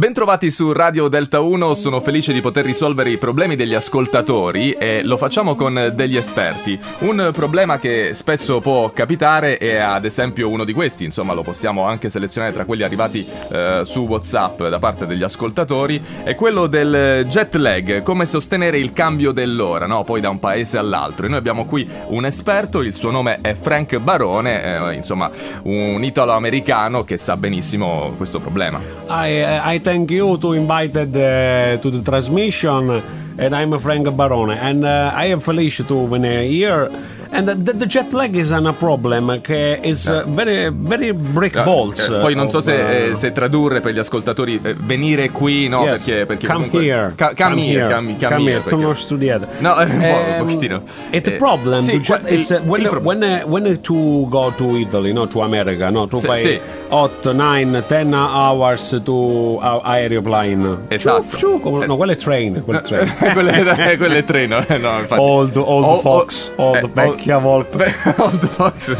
Bentrovati su Radio Delta 1, sono felice di poter risolvere i problemi degli ascoltatori e lo facciamo con degli esperti. Un problema che spesso può capitare è ad esempio uno di questi, insomma lo possiamo anche selezionare tra quelli arrivati eh, su Whatsapp da parte degli ascoltatori, è quello del jet lag, come sostenere il cambio dell'ora, no? poi da un paese all'altro. E noi abbiamo qui un esperto, il suo nome è Frank Barone, eh, insomma un italo-americano che sa benissimo questo problema. I, I thank you to invited uh, to the transmission, and I'm Frank Barone, and uh, I am Felice to when uh, here. And the, the jet lag is an, a problem che is uh, very very break Eh, balls. eh, poi non so of, se, eh, uh, se tradurre per gli ascoltatori eh, venire qui, no? yes. Perché, perché come comunque, here, Ca- come here, come, come here, too perché- much to the other. No, eh, un po', un Um, pochettino. It the Eh, problem sì, the jet qua- is il- uh, when il pro- when uh, when uh, to go to Italy, no, to America, no, to Sì, pay sì. 8, 9, 10 hours to uh, aeroplane. Esatto. Ciuf, ciuf, come- no, quello è train, quello è train. Eh, quelle, quelle tre, no? Eh, no, infatti. Old- old fox, old vecchia volpe. Beh, oh, old fox.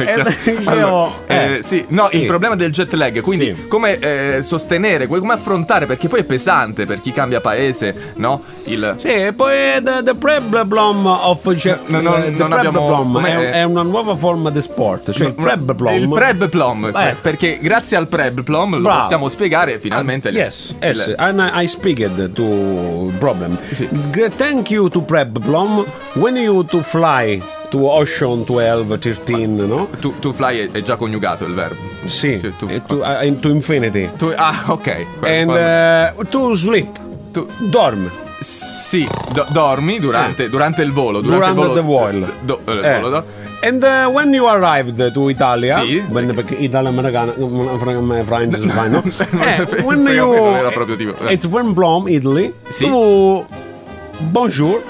dicevo, eh, eh. sì, no, il Sì. problema del jet lag, quindi Sì. come eh, sostenere, come affrontare, perché poi è pesante per chi cambia paese, no? Il... Sì, e poi eh, the, the problem of jet No, no, eh, the non abbiamo- problem com'è? è, è una nuova forma di sport, cioè il preb plom. Il preb plom, eh, perché grazie al preb plom lo Bravo. Ah, possiamo spiegare finalmente. il- Yes, eh yes, il- and I, I speaked to problem. Sì. G- Thank you to preb plom when you to fly to ocean 12, 13, no? To, to fly è, è già coniugato il verbo. Sì, Cioè, to- eh, to, eh, to infinity. to- ah, ok. And Quando- eh, to sleep, To- dorm. Sì, do- dormi durante, durante il volo. Durante, Eh. Durante il volo. the Do- eh, il Eh. volo, do- And uh, when you arrived to Italia, Sì. when, perché Italia americana, mm, fra- Francia, Spagna, no? Eh, when Perché you, non era proprio tipo- eh. it's when Blom, Italy, Sì. to bonjour,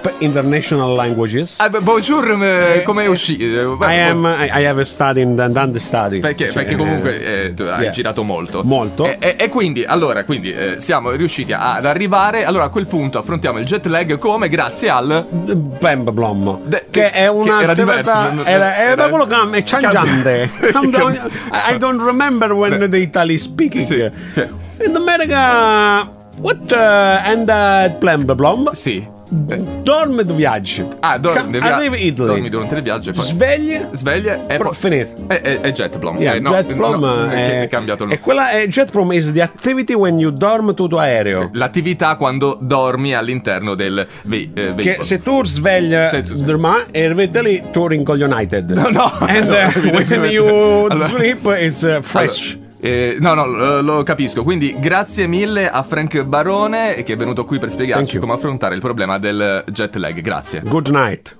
p- international languages. Ah, beh, bonjour, me- come uscì? Eh, I beh, am, I, I have studied in Dante study. Perché, Cioè, perché comunque eh, tu hai yeah. girato molto. Molto. E, e- e quindi, allora, quindi eh, siamo riusciti a- ad arrivare. Allora, a quel punto affrontiamo il jet lag come grazie al... Bam Blom De- che che è una era diverso, non- era, era, era- quello che è changiante Cambia- I don't remember when Beh. the Italy speaking Sì. in America what uh, and uh, Blam Blom Sì. dorme di viaggio Ah, dormi, Ca- devi- arrivi in Italy dormi durante il viaggio e poi... sveglia sveglia e Pro- poi... finito. E, e, e jet plom. Yeah, Eh, no, jet prom no, no, che- è, è cambiato il e nome. quella è jet prom is the activity when you dorm tutto aereo. L'attività quando dormi all'interno del ve- eh, veicolo. Che se tu svegli Se tu- domani e arrivate lì, tu rincoglionated. No, no. And Allora, uh, when evidentemente- you Allora- sleep, it's uh, fresh. Allora, eh, no, no, lo, lo capisco. Quindi grazie mille a Frank Barone che è venuto qui per Thank spiegarci you. come affrontare il problema del jet lag. Grazie. Good night.